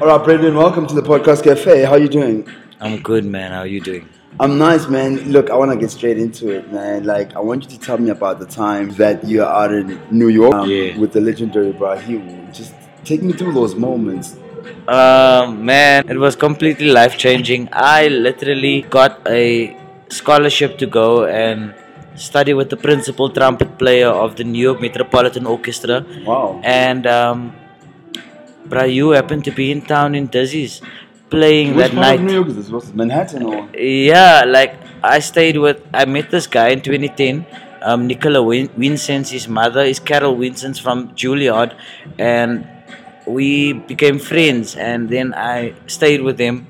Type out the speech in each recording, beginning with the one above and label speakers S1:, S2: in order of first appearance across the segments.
S1: All right, Brendan, welcome to the podcast cafe. How you doing?
S2: I'm good, man. How are you doing?
S1: I'm nice, man. Look, I want to get straight into it, man. Like, I want you to tell me about the time that you're out in New York um,
S2: Yeah.
S1: with the legendary Brahim. Just take me through those moments.
S2: Uh, man, it was completely life changing. I literally got a scholarship to go and study with the principal trumpet player of the New York Metropolitan Orchestra.
S1: Wow.
S2: And um, Brayu happened to be in town in Dizzy's playing
S1: Which
S2: that
S1: part
S2: night.
S1: of New York is this? Was it Manhattan or?
S2: Yeah, like I stayed with, I met this guy in 2010. Um, Nicola Win- Vincent, his mother is Carol Vincent from Juilliard, and we became friends. And then I stayed with him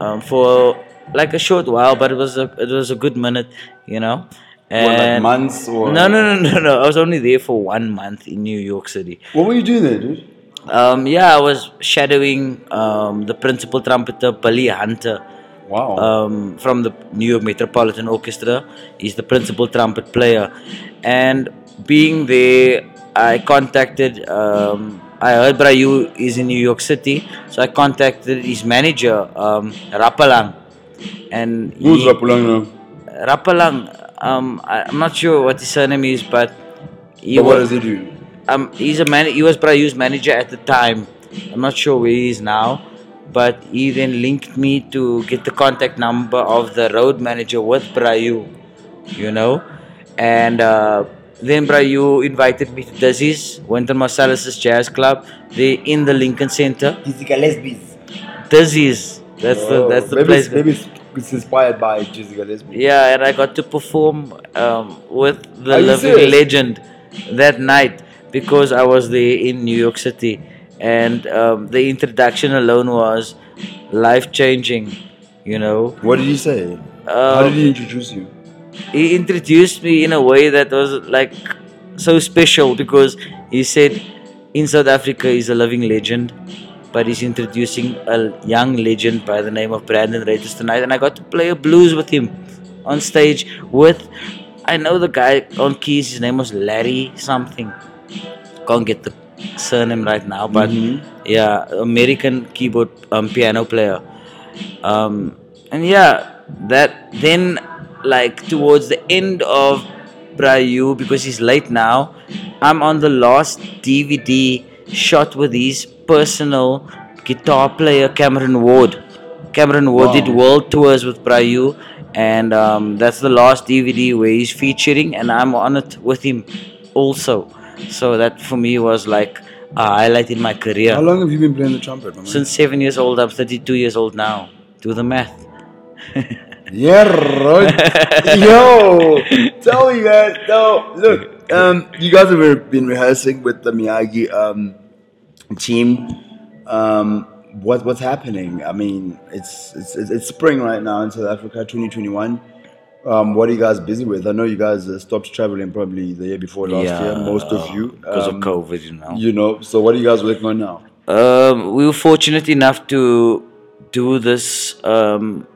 S2: um, for like a short while, but it was a it was a good minute, you know.
S1: What, like
S2: And
S1: months or-
S2: no, no, no, no, no. I was only there for one month in New York City.
S1: What were you doing there, dude?
S2: Um, yeah, I was shadowing um, the principal trumpeter, Billy Hunter
S1: Wow.
S2: um, from the New York Metropolitan Orchestra. He's the principal trumpet player. And being there, I contacted, um, I heard Brayu is in New York City, so I contacted his manager, um, Rapalang. And he-
S1: Who's Rapulang now?
S2: Rapalang, um, I, I'm not sure what his surname is, but he
S1: But what
S2: was
S1: does he do?
S2: um, he's a man. He was Prayu's manager at the time. I'm not sure where he is now, but he then linked me to get the contact number of the road manager with Prayu, you know, and uh, then Prayu invited me to Dizzy's Winter Marsalis' Jazz Club. They in the Lincoln Center.
S1: Jessica Lesbies.
S2: Dizzy's. That's the that's the
S1: maybe
S2: place.
S1: It's, maybe it's, it's inspired by Jessica Lesbies.
S2: Yeah, and I got to perform um, with the
S1: Are you
S2: living
S1: serious?
S2: legend that night because I was there in New York City, and um, the introduction alone was life changing. You know,
S1: What did he say? How did
S2: um,
S1: he introduce you?
S2: he introduced me in a way that was like so special because he said, "In South Africa, he's a living legend." But he's introducing a young legend by the name of Brandon Raiters tonight, and I got to play a blues with him on stage with. I know the guy on keys. His name was Larry something. Can't get the surname right now, but yeah, American keyboard um, piano player. Um, and yeah, that then like towards the end of Brayu because he's late now. I'm on the last DVD shot with his personal guitar player Cameron Ward. Cameron Ward
S1: Wow.
S2: did world tours with Prayu, and um, that's the last DVD where he's featuring, and I'm on it with him also. So that for me was like a highlight in my
S1: How
S2: career.
S1: long have you been playing the trumpet, my man?
S2: Since seven years old, I'm 32 years old now. Do the math.
S1: Yeah, right. Yo, tell me, man. No, look, um, you guys have re- been rehearsing with the Miyagi um, team. Um, what what's happening? I mean, it's it's it's it's spring right now in South Africa, 2021. Um, what are you guys busy with? I know you guys uh, stopped traveling probably the year before last year, most of you.
S2: because
S1: Um,
S2: uh, of COVID, you know.
S1: You know, so what are you guys working on now?
S2: Um, we were fortunate enough to do this um,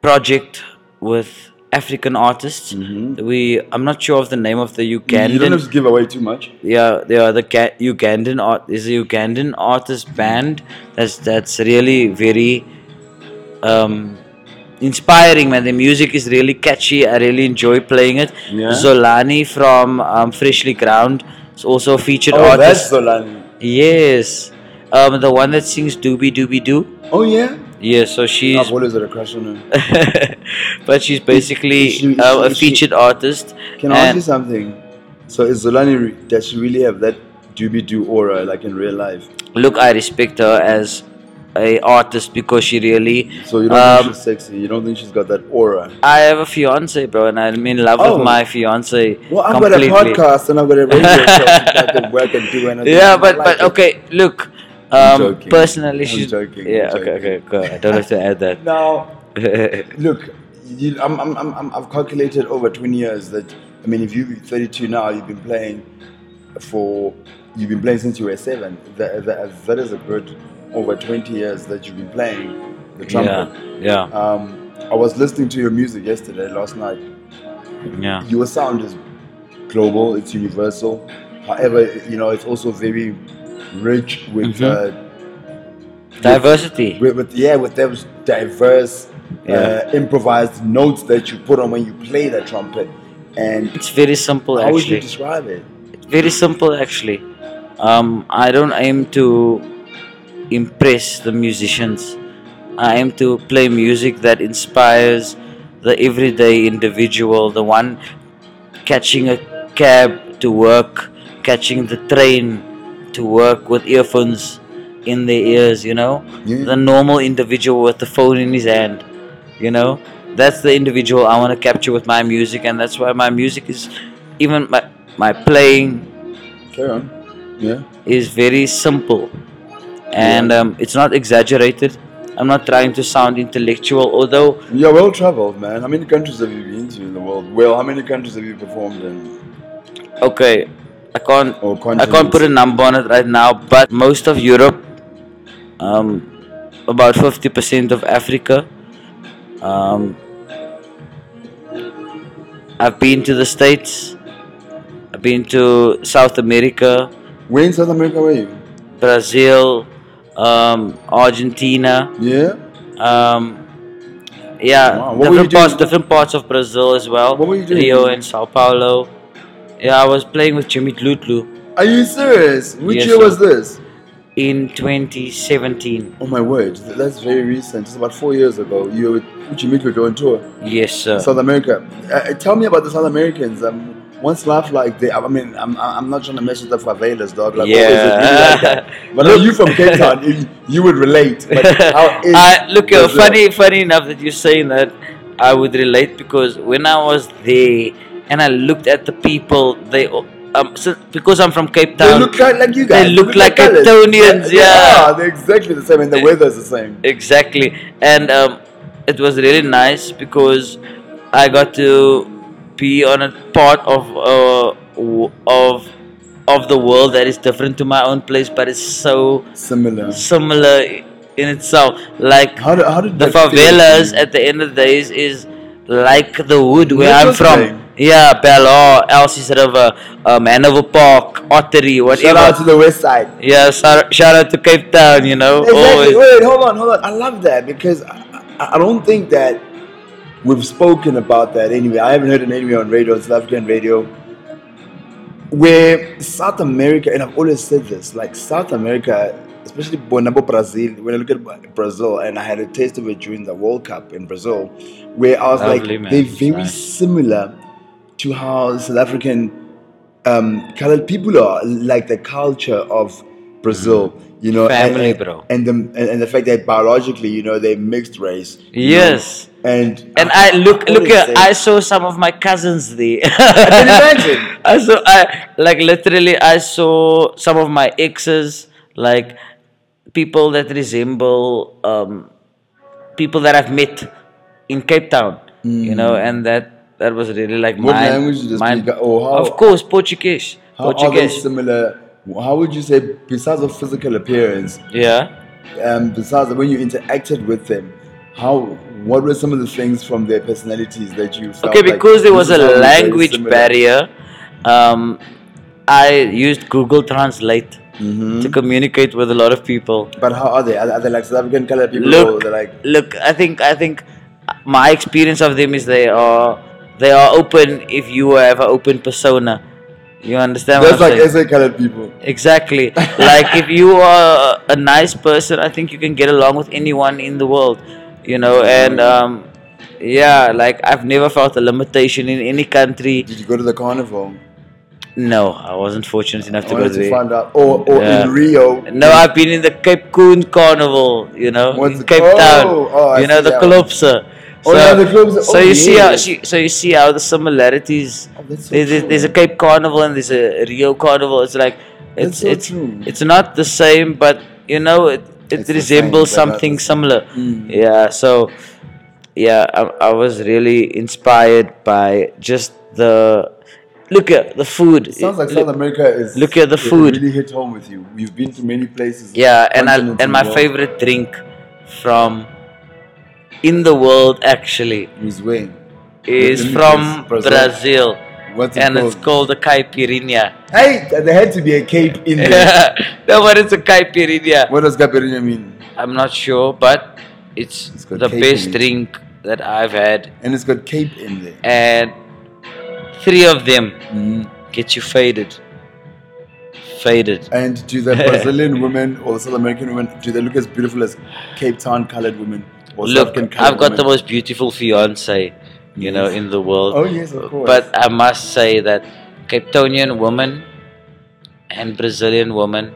S2: project with African artists. We, I'm not sure of the name of the
S1: Mm-hmm. you don't
S2: Ugandan.
S1: have to give away too much.
S2: yeah, they are the Ga- Ugandan art. Is a Ugandan artist band that's that's really very um, inspiring, man. The music is really catchy. I really enjoy playing it.
S1: Yeah.
S2: Zolani from um, Freshly Ground is also a featured
S1: Oh,
S2: artist.
S1: that's Zolani.
S2: Yes. Um, the one that sings Doobie Doobie Doo.
S1: Oh yeah,
S2: Yes, so she's.
S1: I've always had a crush on her.
S2: but she's basically
S1: Is she- is
S2: uh,
S1: she-
S2: a
S1: is she-
S2: featured artist.
S1: Can I ask
S2: and-
S1: you something? So is Zolani re- does she really have that doobie doo aura like in real life?
S2: Look, I respect her as a artist because she really.
S1: So you don't
S2: Um,
S1: think she's sexy? You don't think she's got that aura?
S2: I have a fiance, bro, and I'm in love
S1: Oh.
S2: with my fiance.
S1: Well, I've
S2: completely.
S1: got a podcast and I've got a radio show that I can work and do anything.
S2: Yeah,
S1: I
S2: but
S1: like
S2: but
S1: it.
S2: okay. Look,
S1: I'm
S2: um,
S1: joking.
S2: personally,
S1: I'm
S2: she's
S1: joking,
S2: Yeah,
S1: I'm
S2: okay,
S1: joking.
S2: okay, cool. I don't have to add that.
S1: Now, look, you, I'm, I'm, I'm, I'm- I've calculated over 20 years that I mean, if you're 32 now, you've been playing for you've been playing since you were seven. That, that, that is a good over 20 years that you've been playing the trumpet.
S2: yeah, yeah,
S1: Um, I was listening to your music yesterday, last night.
S2: yeah.
S1: Your sound is global, it's universal. However, you know, it's also very rich with
S2: Mhm.
S1: uh,
S2: Diversity.
S1: with, with yeah with those diverse uh,
S2: Yeah.
S1: improvised notes that you put on when you play the trumpet and
S2: It's very simple
S1: how would you
S2: actually.
S1: describe it
S2: very simple actually. Um, I don't aim to impress the musicians. I aim to play music that inspires the everyday individual, the one catching a cab to work, catching the train to work with earphones in their ears, you know?
S1: Yeah.
S2: The normal individual with the phone in his hand, you know? That's the individual I want to capture with my music, and that's why my music is, even my, my playing
S1: carry on yeah
S2: is very simple and um, it's not exaggerated. I'm not trying to sound intellectual, although
S1: you're well traveled man how many countries have you been to in the world well how many countries have you performed in
S2: okay, I can't
S1: or
S2: I
S1: continents?
S2: can't put a number on it right now, but most of Europe, um, about 50% of Africa. Um, I've been to the States, I've been to South America,
S1: where in South America were you
S2: Brazil, um, Argentina.
S1: yeah
S2: Um, yeah,
S1: Wow, what were you
S2: different
S1: doing-
S2: parts, different parts of Brazil as well.
S1: What were you doing?
S2: Rio and Sao Paulo. Yeah, I was playing with Jimmy Tlutlu
S1: are you serious which
S2: Yes,
S1: year
S2: sir.
S1: was this
S2: in 2017.
S1: oh my word th- that's very recent it's about four years ago you were with Jimmy Cujo on tour
S2: Yes, sir.
S1: South America. Uh, tell me about the South Americans. Um, once life like they, I mean, I'm, I'm not trying to mess with the favelas, dog. Like, what is it really like that? But
S2: Look-
S1: you from Cape Town, you, you would relate. But how is
S2: I, look, uh,
S1: Brazil?
S2: funny, funny enough that you're saying that. I would relate because when I was there and I looked at the people, they all- um, so, because I'm from Cape
S1: They
S2: Town.
S1: look like, like you guys.
S2: look like
S1: colours.
S2: Etonians,
S1: They-
S2: yeah.
S1: They are, they're exactly the same, and the weather's the same.
S2: exactly and um, it was really nice because i got to be on a part of uh, w- of of the world that is different to my own place but it's so
S1: Similar.
S2: similar in itself like
S1: How, do, how did
S2: the
S1: that feel to
S2: favelas
S1: you?
S2: at the end of the days is like the wood where
S1: That's
S2: I'm
S1: what's
S2: from.
S1: saying.
S2: Yeah, Bellor, Elsie's River, um, Hanover Park, Ottery,
S1: Shout
S2: whatever.
S1: out to the West Side.
S2: yeah, shout shout out to Cape Town, you know.
S1: Exactly.
S2: always.
S1: Wait, hold on, hold on. I love that because I, I- I don't think that we've spoken about that anyway. I haven't heard it anywhere on radio, on South African radio, where South America, and I've always said this, like South America, especially Bonabo Brazil, when I look at Bra- Brazil, and I had a taste of it during the World Cup in Brazil, where I was
S2: Lovely,
S1: like,
S2: man.
S1: they're very
S2: Nice.
S1: similar to how South African um, colored people are like the culture of Brazil, you know, and-
S2: Mm-hmm. Family,
S1: and,
S2: bro.
S1: and the and, and the fact that biologically, you know, they're mixed race. you
S2: Yes.
S1: know, and
S2: And I look, look
S1: always
S2: here.
S1: say-
S2: I saw some of my cousins there.
S1: can imagine.
S2: I saw, I like literally, I saw some of my exes, like people that resemble um, people that I've met in Cape Town. You know, and that that was really like
S1: Mm. What
S2: mine.
S1: language do they
S2: mine-
S1: speak? Or how-
S2: of course, Portuguese.
S1: how are they
S2: Portuguese.
S1: similar? How would you say, besides of physical appearance,
S2: Yeah.
S1: um, besides when you interacted with them, how what were some of the things from their personalities that you felt
S2: Okay,
S1: like,
S2: because there
S1: this
S2: was a
S1: is how we're very
S2: language
S1: similar?
S2: barrier, um, I used Google Translate
S1: Mm-hmm.
S2: to communicate with a lot of people.
S1: But how are they? Are, are they like South African colored people? or
S2: Look,
S1: they're like
S2: look. I think I think my experience of them is they are they are open if you have an open persona. You understand?
S1: that's
S2: what I'm
S1: like
S2: saying?
S1: SA colored people.
S2: Exactly. like if you are a nice person, I think you can get along with anyone in the world, you know. And
S1: Mm-hmm.
S2: um, yeah, like I've never felt a limitation in any country.
S1: Did you go to the carnival?
S2: No, I wasn't fortunate enough
S1: I
S2: to go
S1: wanted
S2: there.
S1: to find out. Or, or
S2: Yeah.
S1: in Rio.
S2: No, I've been in the Cape Coon Carnival, you know,
S1: What's
S2: in
S1: it-
S2: Cape
S1: oh,
S2: Town.
S1: oh, I
S2: you know
S1: see
S2: the
S1: that one.
S2: Calypso.
S1: Oh, yeah, the Calypso.
S2: So
S1: Oh,
S2: you see how
S1: yeah.
S2: she, so you see how the similarities.
S1: Oh, that's so
S2: there's, there's-
S1: true.
S2: there's a Cape Carnival and there's a Rio Carnival. It's like it's
S1: That's so
S2: it's
S1: true.
S2: it's not the same, but you know it it
S1: It's the
S2: resembles
S1: same, Hmm. but not
S2: something
S1: the
S2: similar. Yeah. So yeah, I, I was really inspired by just the look at the food.
S1: It sounds like
S2: Look-
S1: South America is.
S2: look at the
S1: it
S2: food.
S1: Really hit home with you. You've been to many places.
S2: Yeah, and I,
S1: continents
S2: and
S1: in
S2: my
S1: the world.
S2: favorite drink from in the world actually
S1: Is where?
S2: is
S1: Let me
S2: from
S1: guess, Brazil.
S2: Brazil.
S1: What's it
S2: and
S1: called?
S2: it's called a caipirinha.
S1: Hey, there had to be a cape in there.
S2: no, but it's a caipirinha.
S1: what does caipirinha mean?
S2: I'm not sure, but it's,
S1: It's got
S2: the
S1: cape in
S2: best
S1: it.
S2: drink that I've had.
S1: And it's got cape in there.
S2: And three of them
S1: Mm.
S2: get you faded. Faded.
S1: And do the Brazilian women or South American women do they look as beautiful as Cape Town colored women or South
S2: Look,
S1: African colored
S2: I've got the
S1: women?
S2: most beautiful fiance, you know,
S1: Yes.
S2: in the world.
S1: Oh yes, of course.
S2: But I must say that Cape Townian woman and Brazilian woman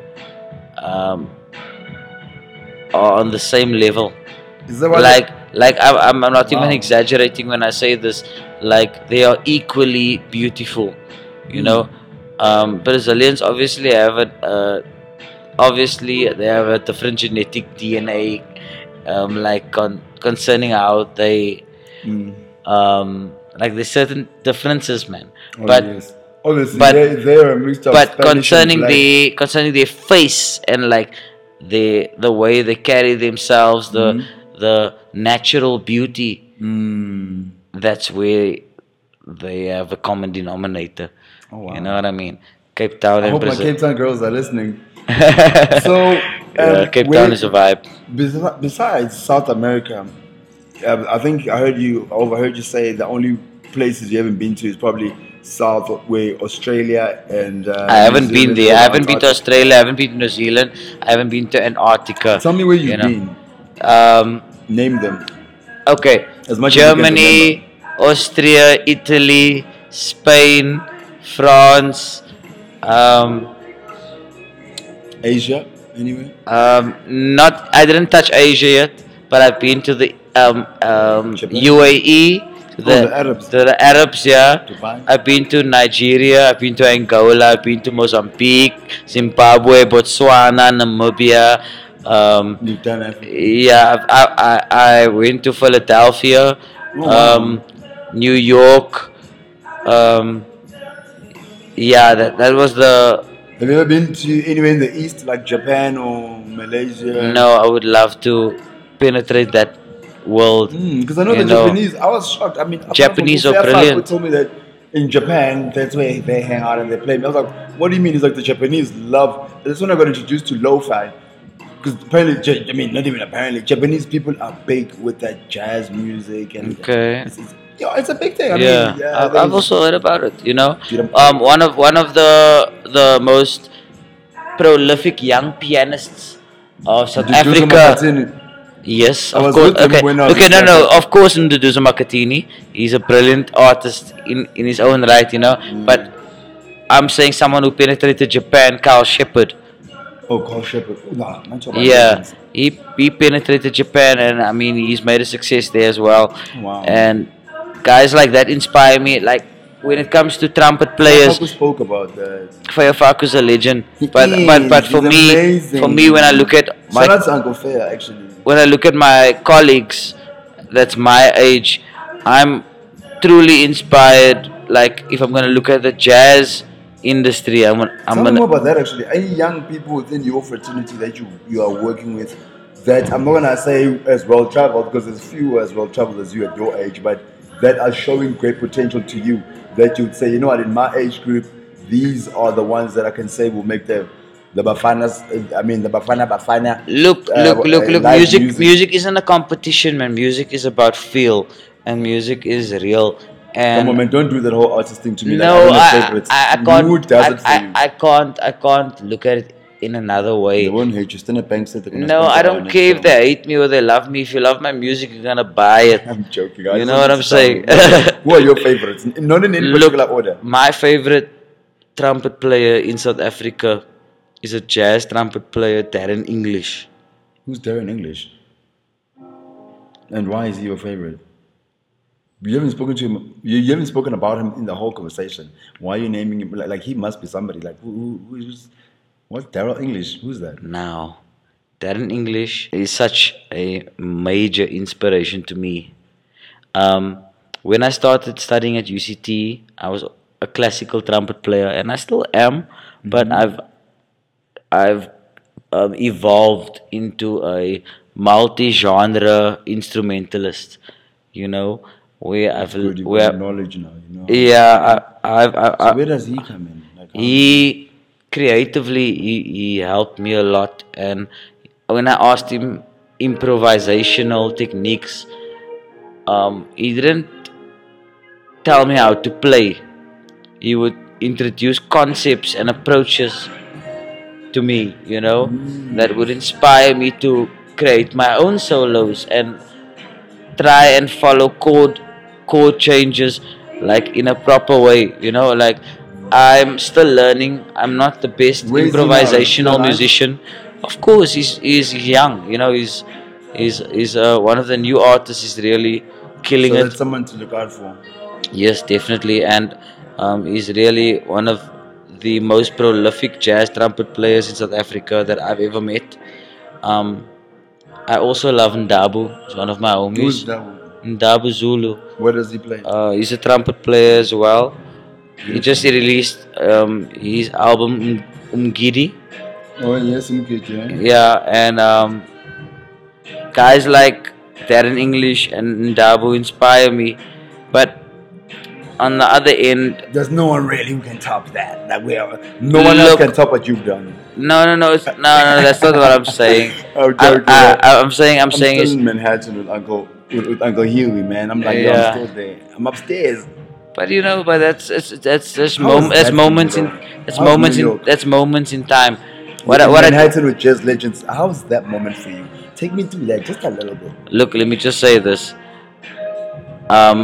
S2: um, are on the same level.
S1: is that what
S2: Like, like I'm, I'm I'm not even
S1: Wow.
S2: exaggerating when I say this. Like they are equally beautiful, you
S1: Mm.
S2: know. Um, Brazilians obviously have a, uh, obviously they have a different genetic DNA, um, like con- concerning how they
S1: Mm.
S2: um like there's certain differences man
S1: Oh,
S2: but
S1: yes. obviously
S2: but-
S1: they they're a mixture
S2: but
S1: of Spanish and
S2: concerning
S1: black.
S2: the concerning their face and like the the way they carry themselves the
S1: Hmm.
S2: the natural beauty
S1: Mm.
S2: that's where they have a common denominator
S1: Oh, wow.
S2: you know what i mean cape town
S1: I
S2: and
S1: hope my
S2: brazil
S1: Cape Town girls are listening. So um,
S2: Yeah, uh, cape
S1: where- uh,
S2: town is a vibe
S1: Besi- besides South America, uh, I think I heard you I overheard you say the only places you haven't been to is probably South way Australia and uh,
S2: i haven't
S1: New
S2: been
S1: Zealand
S2: there i
S1: and
S2: haven't been to
S1: Antarctica.
S2: australia i haven't been to new zealand i haven't been to antarctica
S1: Tell me where you've
S2: you know.
S1: been.
S2: um
S1: Name them.
S2: Okay.
S1: As much as you can
S2: Germany, Austria, Italy, Spain, France, um,
S1: Asia, anyway.
S2: um, not. I didn't touch Asia yet, but I've been to the um, um,
S1: Japan? Oh,
S2: UAE, to
S1: the Arabs.
S2: to the Arabs, yeah.
S1: Dubai.
S2: I've been to Nigeria, I've been to Angola, I've been to Mozambique, Zimbabwe, Botswana, Namibia. Um,
S1: You've done Africa.
S2: yeah, I, I, I went to
S1: Oh,
S2: Philadelphia,
S1: wow.
S2: um, New York. Um, yeah, that, that was the.
S1: Have you ever been to anywhere in the east, like Japan or Malaysia?
S2: No, I would love to penetrate that world.
S1: Because Mm, I know
S2: You
S1: the
S2: know.
S1: Japanese. I was shocked. I mean, apart from
S2: Japanese
S1: Mustafa,
S2: are brilliant.
S1: who told me that in Japan, that's where they hang out and they play. I was like, what do you mean? He's like, the Japanese love. That's when I got introduced to lo-fi. Because apparently, Ja- I mean, not even apparently, Japanese people are big with that jazz music and
S2: Okay.
S1: It's, it's, yeah, it's a big thing. I
S2: yeah,
S1: mean, yeah,
S2: I've,
S1: they-
S2: I've also heard about it. You know,
S1: Dude, I'm-
S2: um, one of one of the the most prolific young pianists of South
S1: Dude, Jose
S2: Africa.
S1: Martin,
S2: Yes,
S1: I
S2: of
S1: was
S2: course.
S1: with him
S2: Okay,
S1: when I was
S2: okay,
S1: in
S2: no, no.
S1: Cyprus.
S2: Of course, Nduduzo Makatini. He's a brilliant artist in, in his own right, you know.
S1: Mm.
S2: But I'm saying someone who penetrated Japan, Carl Shepard.
S1: Oh, Carl Shepard. Oh, nah, not Japanese.
S2: Yeah, he he penetrated Japan, and I mean, he's made a success there as well.
S1: Wow.
S2: And guys like that inspire me. Like when it comes to trumpet players,
S1: Paco spoke about that.
S2: Fayafaku's a legend.
S1: He
S2: But but
S1: is,
S2: but for
S1: he's
S2: me,
S1: amazing.
S2: for me, when I look at my
S1: Shout out to Uncle Fair, actually.
S2: when I look at my colleagues that's my age, I'm truly inspired. Like if I'm gonna look at the jazz industry, I'm gonna, I'm
S1: Tell me more
S2: gonna
S1: about that actually. Any young people within your fraternity that you, you are working with that I'm not gonna say as well traveled because there's few as well traveled as you at your age, but that are showing great potential to you that you'd say, you know what, in my age group, these are the ones that I can say will make the the Bafanas uh, I mean the Bafana Bafana.
S2: look
S1: uh,
S2: look look
S1: uh,
S2: look.
S1: live
S2: Music,
S1: music.
S2: music isn't a competition, man. Music is about feel, and music is real.
S1: Come
S2: And
S1: on, man, don't do that whole artist thing to me.
S2: no,
S1: like, I'm
S2: I, I, I
S1: Who
S2: can't.
S1: does it for
S2: I,
S1: you?
S2: I, I can't. I can't look at it in another way.
S1: they won't hate you. Stand bank said they're gonna
S2: No,
S1: sponsor
S2: I
S1: our
S2: don't
S1: next
S2: care if
S1: song.
S2: they hate me or they love me. If you love my music, you're gonna buy it.
S1: I'm joking.
S2: You
S1: just
S2: know
S1: wanted
S2: what I'm
S1: to tell
S2: saying?
S1: you. Who are your favorites? N- Not in any
S2: Look,
S1: particular order.
S2: my favorite trumpet player in South Africa is a jazz trumpet player, Darren English.
S1: Who's Darren English? And why is he your favorite? You haven't spoken to him. You, you haven't spoken about him in the whole conversation. Why are you naming him? Like, like he must be somebody. Like who, who, who's what's Daryl English? Who's that?
S2: Now, Darren English is such a major inspiration to me. Um, when I started studying at UCT, I was a classical trumpet player, and I still am, but I've I've um, evolved into a multi-genre instrumentalist. You know, where I've
S1: Good, you've
S2: where
S1: got knowledge now. You know.
S2: Yeah, I, I've, I, I,
S1: So where does he come in? Like, how-
S2: he creatively he, he helped me a lot and when i asked him improvisational techniques um, he didn't tell me how to play he would introduce concepts and approaches to me you know that would inspire me to create my own solos and try and follow chord chord changes like in a proper way you know like i'm still learning i'm not the best
S1: Where is he now? Still
S2: improvisational
S1: alive?
S2: musician of course he's he's young you know he's he's he's uh, one of the new artists is really killing
S1: so
S2: it
S1: that's someone to look out for.
S2: Yes, definitely, and um, he's really one of the most prolific jazz trumpet players in South Africa that I've ever met. Um, I also love Ndabu, he's one of my
S1: Who's
S2: homies.
S1: that? one?
S2: Ndabu Zulu,
S1: Where does he play?
S2: uh, he's a trumpet player as well. He just released um, his album Um, Umgidi.
S1: oh yes, Mkhitaryan.
S2: Yeah, and um, guys like Darren English and Ndabu inspire me. But on the other end,
S1: There's no one really who can top that. Like we are, no one else
S2: Look.
S1: can top what you've done.
S2: no, no, no, it's, no, no, that's not what I'm saying.
S1: Oh,
S2: I,
S1: don't do
S2: I,
S1: that.
S2: I, I'm saying, I'm,
S1: I'm
S2: saying,
S1: still
S2: is,
S1: in Manhattan with Uncle with, with Uncle Huey, man. I'm like, yo,
S2: Yeah.
S1: I'm still there. I'm upstairs.
S2: but you know, but that's that's that's that's,
S1: How
S2: mom,
S1: is
S2: that's
S1: that
S2: moments in
S1: New
S2: that's
S1: How is
S2: moments
S1: New
S2: in
S1: York?
S2: that's moments in time. What I,
S1: In
S2: what I,
S1: Manhattan with jazz legends. How's that moment for you? Take me through that just a little bit.
S2: look, let me just say this. Um,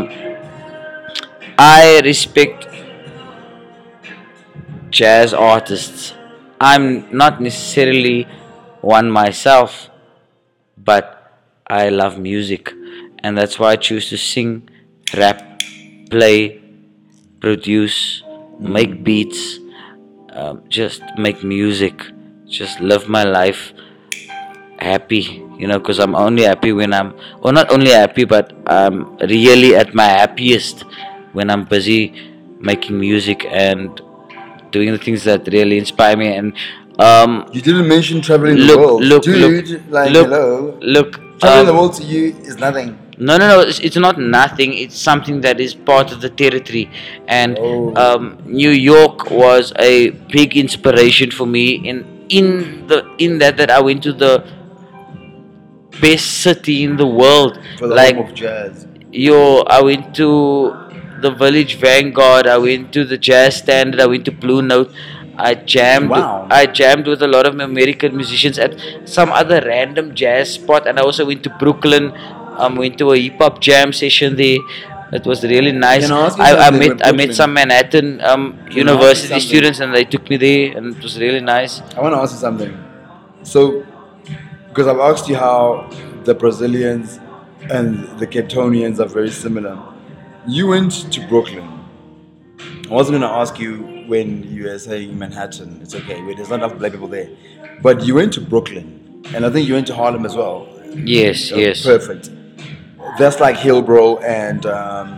S2: I respect jazz artists. I'm not necessarily one myself, but I love music, and that's why I choose to sing, rap, play, produce, make beats, um, just make music, just live my life happy you know because i'm only happy when i'm or not only happy but i'm really at my happiest when i'm busy making music and doing the things that really inspire me and um
S1: You didn't mention traveling
S2: look
S1: the world,
S2: look
S1: dude.
S2: look
S1: like,
S2: look
S1: hello.
S2: look
S1: Traveling the
S2: um,
S1: world to you is nothing.
S2: no, no, no. It's, it's not nothing. It's something that is part of the territory, and
S1: Oh.
S2: um, New York was a big inspiration for me. In in the in that that I went to the best city in the world.
S1: For the
S2: like
S1: home of jazz.
S2: yo, I went to the Village Vanguard. I went to the Jazz Standard. I went to Blue Note. I jammed.
S1: Wow.
S2: I jammed with a lot of American musicians at some other random jazz spot, and I also went to Brooklyn. Um, went to a hip hop jam session there. It was really nice.
S1: Can I ask you
S2: I, I
S1: something
S2: met
S1: about
S2: I
S1: Brooklyn?
S2: met some Manhattan um,
S1: ask you
S2: university
S1: something?
S2: students, and they took me there, and it was really nice.
S1: I want to ask you something. So, because I've asked you how the Brazilians and the Capetonians are very similar. You went to Brooklyn. I wasn't going to ask you when you were saying Manhattan. It's okay. wait, There's not enough black people there. But you went to Brooklyn. And I think you went to Harlem as well.
S2: Yes,
S1: So,
S2: yes.
S1: Perfect. That's like Hillbrow and um,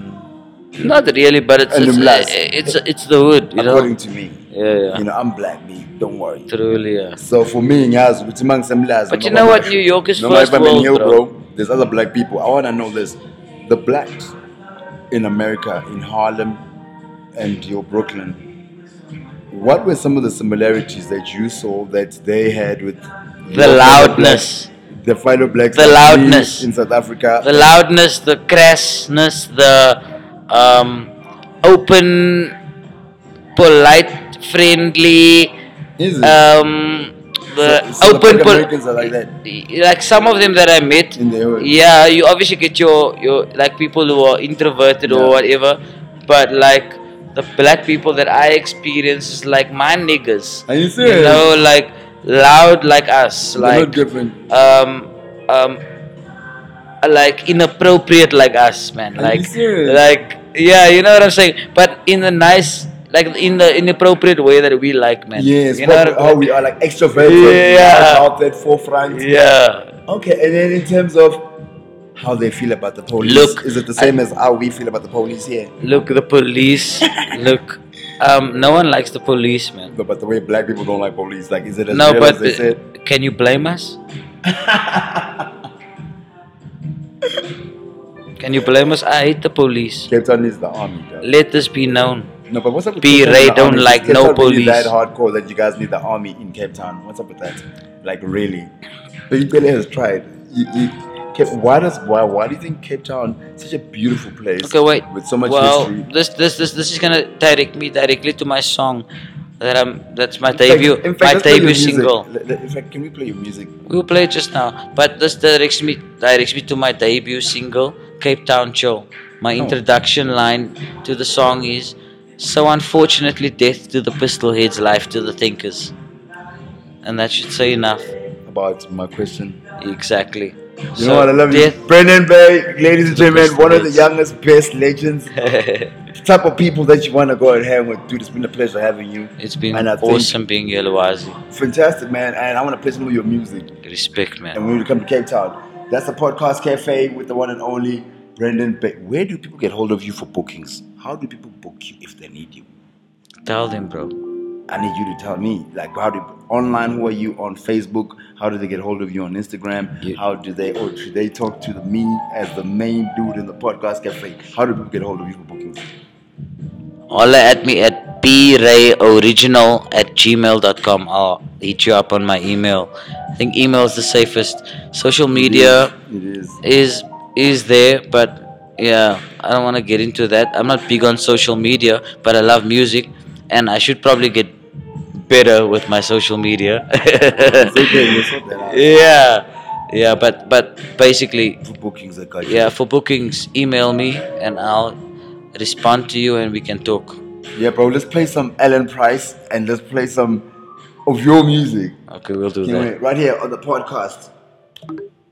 S2: Not really, but it's
S1: And
S2: it's,
S1: Lumlas.
S2: it's it's the hood, you know.
S1: according to me.
S2: Yeah, yeah.
S1: You know, I'm black, me. Don't worry.
S2: Truly, yeah.
S1: So for me, ngiyazi ukuthi uma ngisemlazi
S2: But you
S1: noma
S2: know what?
S1: baphi,
S2: New York is
S1: noma
S2: first
S1: if I'm in
S2: world,
S1: Hill,
S2: bro.
S1: There's other black people. I want to know this. The blacks in America, in Harlem and your Brooklyn, what were some of the similarities that you saw that they had with
S2: the
S1: your fellow
S2: loudness,
S1: blacks- the fellow blacks,
S2: The
S1: like me
S2: loudness.
S1: in South Africa?
S2: the loudness, the crassness, the um, open, polite, friendly,
S1: Is it?
S2: um, the
S1: So- so the
S2: open,
S1: black
S2: pol-
S1: Americans are like that
S2: like some of them that I met.
S1: in the hood.
S2: Yeah, you obviously get your your like people who are introverted or
S1: Yeah.
S2: whatever, but like the black people that I experience is like my niggas.
S1: Are you
S2: You
S1: serious?
S2: know, like loud like us,
S1: They're
S2: like
S1: not different.
S2: um um like inappropriate like us man
S1: Are you
S2: like
S1: serious?
S2: like yeah you know what i'm saying but in the nice like in the inappropriate way that we like man
S1: Yes,
S2: you
S1: what-
S2: know
S1: how we are like extroverted,
S2: Yeah.
S1: out that forefront.
S2: yeah
S1: Okay, and then in terms of how they feel about the police,
S2: Look,
S1: is it the same as how we feel about the police here?
S2: look the police look um no one likes the police man
S1: But, but the way black people don't like police, like is it as
S2: no
S1: real
S2: but
S1: as they said?
S2: can you blame us can you blame us i hate the police
S1: Cape Town is the army. Guys.
S2: let this be known
S1: No, but what's up with
S2: P.
S1: Cape Town
S2: Ray
S1: and the
S2: don't
S1: army?
S2: like
S1: Cape
S2: no
S1: Town really
S2: police.
S1: that hardcore that you guys need the army in Cape Town. What's up with that? Like really? But Ukele has tried. You, you, Cape, why does why why do you think Cape Town such a beautiful place?
S2: Okay, wait.
S1: With so much
S2: well,
S1: history.
S2: this this this this is gonna direct me directly to my song that I'm that's my
S1: In fact-
S2: debut
S1: in fact,
S2: my
S1: let's play your
S2: debut
S1: music.
S2: single.
S1: Let- let- In fact, can we play your music?
S2: We will play it just now, but this directs me directs me to my debut single, Cape Town Joe. My
S1: Oh.
S2: introduction line to the song is, "So unfortunately, death to the pistol heads, life to the thinkers," and that should say enough.
S1: About my question.
S2: Exactly.
S1: You know what? I love
S2: death,
S1: you, Brendan Bay, ladies and gentlemen.
S2: best
S1: One of the
S2: legends.
S1: youngest, best legends, the type of people that you want to go and hang with. Dude, it's been a pleasure having you.
S2: it's been
S1: And I think-
S2: awesome being here, Lawazi.
S1: Fantastic, man. And I want to play some of your music.
S2: Respect, man.
S1: and when you come to Cape Town. That's the podcast cafe with the one and only Brendan. Ba- Where do people get hold of you for bookings? How do people book you if they need you?
S2: Tell them, bro.
S1: I need you to tell me, like, how do online? Who are you on Facebook? How do they get hold of you on Instagram?
S2: Yeah.
S1: How do they or should they talk to the me as the main dude in the podcast cafe? How do people get hold of you for bookings?
S2: Holla at me at prayoriginal at gmail.com. I'll hit you up on my email. I think email is the safest. Social media
S1: It is.
S2: is is there, but yeah, I don't want to get into that. I'm not big on social media, but I love music, and I should probably get better with my social media.
S1: okay, you sort that out.
S2: yeah, yeah, but but basically,
S1: For bookings, I got you.
S2: yeah, for bookings, email me, and I'll respond to you, and we can talk.
S1: Yeah, bro. Let's play some Ellen Price and let's play some of your music.
S2: Okay, we'll do
S1: You know,
S2: that.
S1: right here on the podcast.